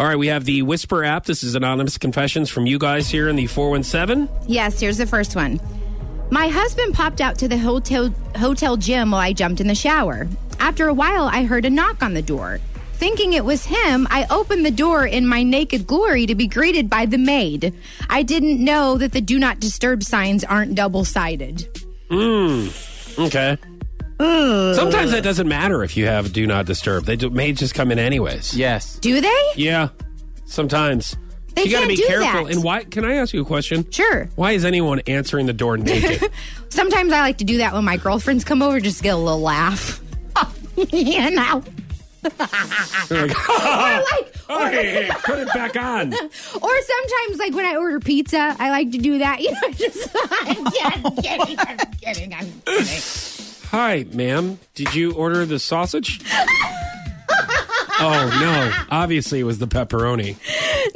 All right, we have the Whisper app. This is anonymous confessions from you guys here in the 417. Yes, here's the first one. My husband popped out to the hotel hotel gym while I jumped in the shower. After a while, I heard a knock on the door. Thinking it was him, I opened the door in my naked glory to be greeted by the maid. I didn't know that the do not disturb signs aren't double sided. Okay. Sometimes that doesn't matter if you have do not disturb. They do, may just come in anyways. Yes. Do they? Yeah, sometimes. They you got to can't be do careful. that. And why? Can I ask you a question? Sure. Why is anyone answering the door naked? Sometimes I like to do that when my girlfriends come over just to get a little laugh. you know? or like hey, put it back on. Or sometimes, like when I order pizza, I like to do that. You know, just I'm kidding, I'm kidding, I'm kidding. Hi, ma'am. Did you order the sausage? oh no! Obviously, it was the pepperoni.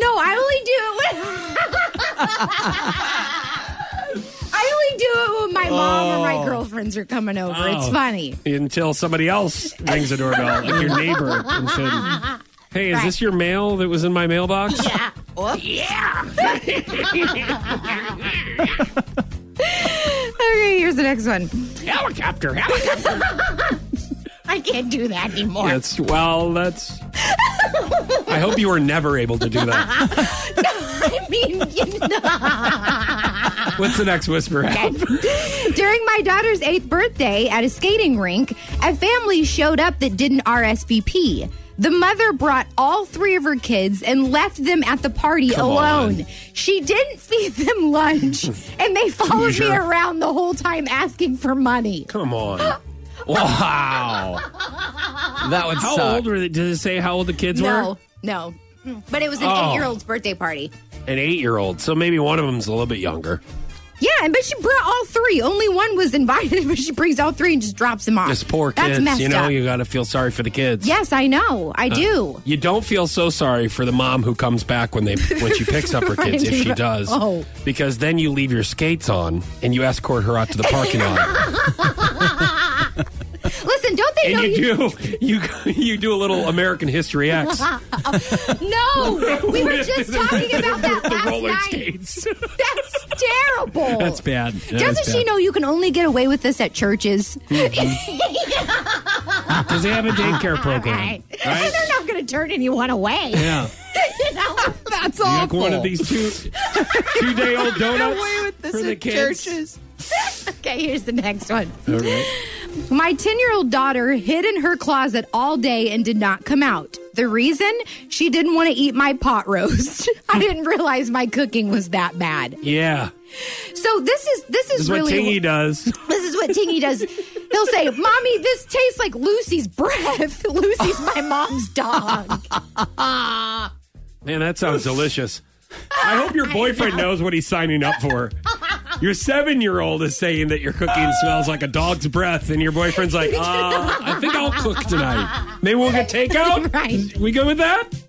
No, I only do it when I only do it when my mom or my girlfriends are coming over. It's Oh. funny. Until somebody else rings the doorbell, like your neighbor, and said, "Hey, is this your mail that was in my mailbox?" Okay, here's the next one. Helicopter, helicopter. I can't do that anymore. That's well. That's. I hope you were never able to do that. I mean, you know. What's the next whisper? app? During my daughter's eighth birthday at a skating rink, a family showed up that didn't RSVP. The mother brought all three of her kids and left them at the party alone. She didn't feed them lunch, and they followed me Loser. around the whole time asking for money. Come on. Wow. that would How suck. old were they? Did it say how old the kids No, no. But it was an Oh. eight year old's birthday party. were? An eight year old. So maybe one of them's a little bit younger. Yeah, but she brought all three. Only one was invited, but she brings all three and just drops them off. Just poor That's kids. messed you know, up. you got to feel sorry for the kids. yes, I know. I do. You don't feel so sorry for the mom who comes back when they when she picks up her kids if she does. Oh. Because then you leave your skates on and you escort her out to the parking lot. Listen, don't they know And you? you do you you do a little American History X. No, we were just talking about that the last roller night. skates. That's terrible. That's bad. That is Doesn't she bad. know you can only get away with this at churches? Does they have a daycare program? Right. And Right? they're not going to turn anyone away. Yeah. You know? That's You all. like one of these two two day old donuts for the kids. Okay, here's the next one. All right. My 10 year old daughter hid in her closet all day and did not come out. The reason? She didn't want to eat my pot roast. I didn't realize my cooking was that bad. Yeah. So this is this is, This is really what Tingy does. This is what Tingy does. He'll say, Mommy, this tastes like Lucy's breath. Lucy's my mom's dog. Man, that sounds delicious. I hope your boyfriend knows what he's signing up for. Your seven year old is saying that your cooking smells like a dog's breath, and your boyfriend's like, uh, I think I'll cook tonight. Maybe we'll get takeout? Right. We good with that?